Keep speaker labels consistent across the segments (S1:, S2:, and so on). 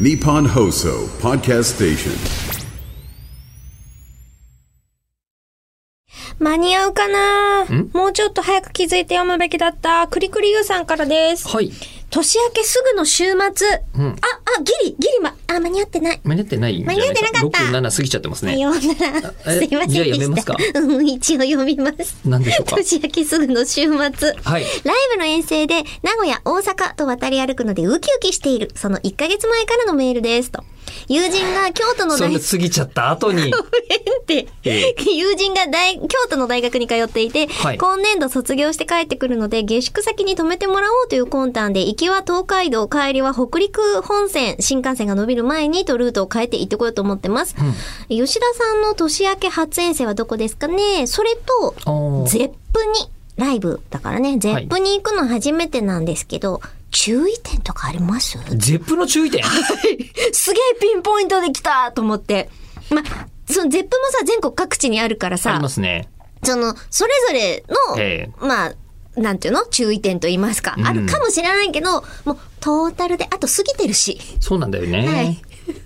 S1: Nippon Hoso Podcast Station.
S2: 間に合うかなもうちょっと早く気づいて読むべきだった。くりくりゆうさんからです。
S3: はい。
S2: 年明けすぐの週末。あ、あ、ギリ、ギリま、あ、間に合ってない。
S3: 間に合ってないんじゃないですか。
S2: 間に合ってなかった
S3: 6、7過ぎちゃってます
S2: さ
S3: ね。
S2: ようなら。
S3: え
S2: すいませんでした。
S3: じゃあ読めますか
S2: うん、一応読みます。
S3: 何でしょう か
S2: 年明けすぐの週末。
S3: はい
S2: ライブの遠征で、名古屋、大阪と渡り歩くのでウキウキしている。その1ヶ月前からのメールです。と。友人が京都の
S3: そん
S2: 大
S3: な過ぎちゃった 後に。
S2: って、
S3: え
S2: 友人が大京都の大学に通っていて、
S3: はい
S2: 今年度卒業して帰ってくるので、下宿先に泊めてもらおうという魂胆で、行きは東海道、帰りは北陸本線、新幹線が伸びる前にとルートを変えて行ってこようと思ってます。吉田さんの年明け初遠征はどこですかねそれと、
S3: おー
S2: ゼップに、ライブだからね、ゼップに行くの初めてなんですけど、注意点とかあります
S3: ゼップの注意点
S2: すげえピンポイントで来たと思って。ま、そのゼップもさ、全国各地にあるから
S3: あ
S2: さ
S3: りま、すね。
S2: その、それぞれの、
S3: え
S2: まあ、なんていうの注意点と言いますか、
S3: ん
S2: あるかもしれないけど、もう、トータルで、あと過ぎてるし。
S3: そうなんだよね。
S2: はい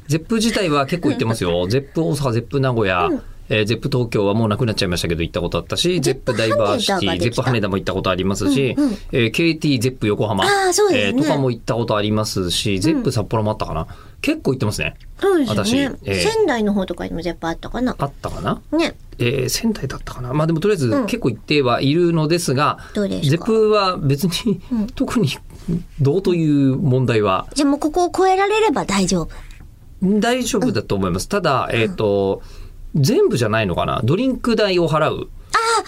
S3: ゼップ自体は結構行ってま すよ。ゼップ大阪、ゼップ名古屋。えーゼップ東京はもうなくなっちゃいましたけど行ったことあったし、ゼップダイバーシテ
S2: ゼップ羽田ができ
S3: ィ、ゼップ
S2: た
S3: 羽田も行ったことありますし、えー KT ゼップ横浜
S2: あーそうですね
S3: えーとかも行ったことありますし、ゼップ札幌もあったかな。結構行ってますね。私、えー
S2: 仙台の方とかにもゼップあったかな。
S3: あったかな
S2: ね。
S3: えー仙台だったかな、まあ、でもとりあえず結構行ってはいるのですが、
S2: どうですか
S3: ゼップは別に、特にどうという問題は
S2: じゃあもうここを超えられれば大丈夫。
S3: 大丈夫だと思います。ただ、えっ、と、全部じゃないのかな、ドリンク代を払う。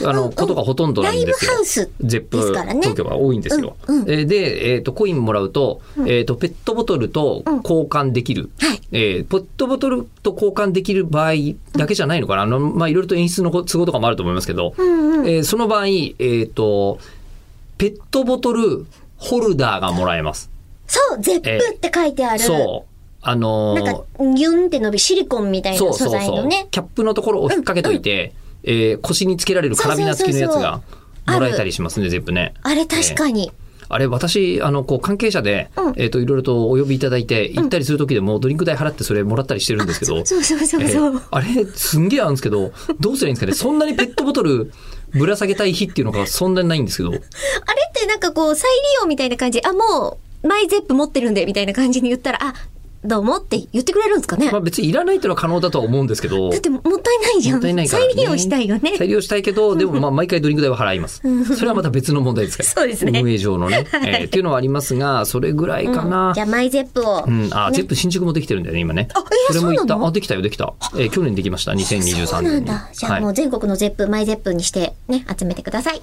S3: あの、ことがほとんどな
S2: ラ
S3: ん
S2: イブ
S3: ですよ。
S2: ハウス
S3: ゼップ
S2: ですからね
S3: 東京は多いんですよ。
S2: うんうん
S3: えーで、えっ、と、コインもらうと、えっ、と、ペットボトルと交換できる。
S2: はい
S3: えーペットボトルと交換できる場合だけじゃないのかな。あの、まあ、いろいろと演出の都合とかもあると思いますけど、えーその場合、えっ、と、ペットボトルホルダーがもらえます。
S2: そう、ゼップって書いてある。
S3: そう。あのー
S2: なんか、ギュンって伸び、シリコンみたいな
S3: そう
S2: 素
S3: そう
S2: 材
S3: そ
S2: の
S3: う
S2: ね。。
S3: キャップのところを引っ掛けといて、えー腰につけられるカラビナ付きのやつ
S2: そうそう
S3: が
S2: そう
S3: もらえたりしますね、全部ね。
S2: あれ確かに。
S3: あれ、私、あの、こう、関係者で、
S2: うん
S3: えっ、と、いろいろとお呼びいただいて、行ったりするときでも、ドリンク代払ってそれもらったりしてるんです けど、
S2: そうそうそう
S3: え
S2: そう。
S3: ーあれ、すんげえあるんですけど、どうすりゃいいんですかね。そんなにペットボトルぶら下げたい日っていうのがそんなにないんですけど、
S2: あれってなんかこう、再利用みたいな感じ、あ、もう、マイゼップ持ってるんで、みたいな感じに言ったら、あ、どうもって言ってくれるんですかね。
S3: まあ別にいらないというのは可能だとは思うんですけど、
S2: だってもったいないじゃん。
S3: もったいないから、ね。
S2: 再利用したいよね。
S3: 再利用したいけど、でもまあ毎回ドリンク代は払います。それはまた別の問題ですから。
S2: そうですね
S3: 運営 上のね。えーっていうのはありますが、それぐらいかな
S2: じゃ。あ、マイゼップを。
S3: うん、あ、ゼップ新宿もできてるんだよね、今ね。
S2: あえー
S3: それも行っ
S2: そうな
S3: た。
S2: の
S3: あ、できたよ、できた。えー去年できました、2023
S2: そうな
S3: 年
S2: ん
S3: に。
S2: だ。じゃあも
S3: は
S2: う
S3: い。
S2: 全国のゼップ、マイゼップにして、ね、集めてください。